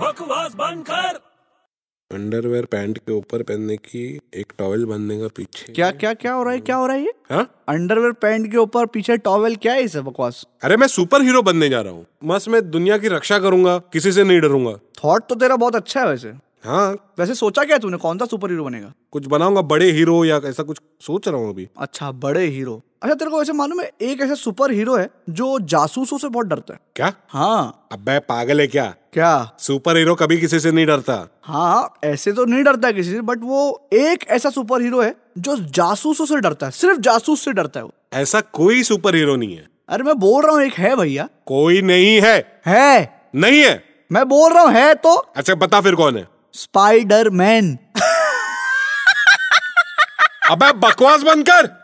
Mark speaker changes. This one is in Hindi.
Speaker 1: बकवास बंद कर
Speaker 2: अंडरवेयर पैंट के ऊपर पहनने की एक टॉवल बांधने का पीछे
Speaker 3: क्या क्या क्या हो रहा है क्या हो रहा है ये
Speaker 2: हाँ
Speaker 3: अंडरवेयर पैंट के ऊपर पीछे टॉवेल क्या है इसे बकवास
Speaker 2: अरे मैं सुपर हीरो बनने जा रहा हूँ मस्त मैं दुनिया की रक्षा करूंगा किसी से नहीं डरूंगा
Speaker 3: थॉट तो तेरा बहुत अच्छा है वैसे
Speaker 2: हाँ
Speaker 3: वैसे सोचा क्या है तूने कौन सा सुपर हीरो बनेगा
Speaker 2: कुछ बनाऊंगा बड़े हीरो या ऐसा कुछ सोच रहा हूँ अभी
Speaker 3: अच्छा बड़े हीरो अच्छा तेरे को वैसे मालूम है एक ऐसा सुपर हीरो है जो जासूसों से बहुत डरता है
Speaker 2: क्या
Speaker 3: हाँ
Speaker 2: अबे पागल है क्या
Speaker 3: क्या
Speaker 2: सुपर हीरो कभी किसी से नहीं डरता
Speaker 3: हाँ ऐसे तो नहीं डरता है किसी से बट वो एक ऐसा सुपर हीरो है जो जासूसों से डरता है सिर्फ जासूस से डरता है वो
Speaker 2: ऐसा कोई सुपर हीरो नहीं है
Speaker 3: अरे मैं बोल रहा हूँ एक है भैया
Speaker 2: कोई नहीं है
Speaker 3: है
Speaker 2: नहीं है
Speaker 3: मैं बोल रहा हूँ है तो
Speaker 2: अच्छा बता फिर कौन है
Speaker 3: स्पाइडर मैन
Speaker 2: अबे बकवास बंद कर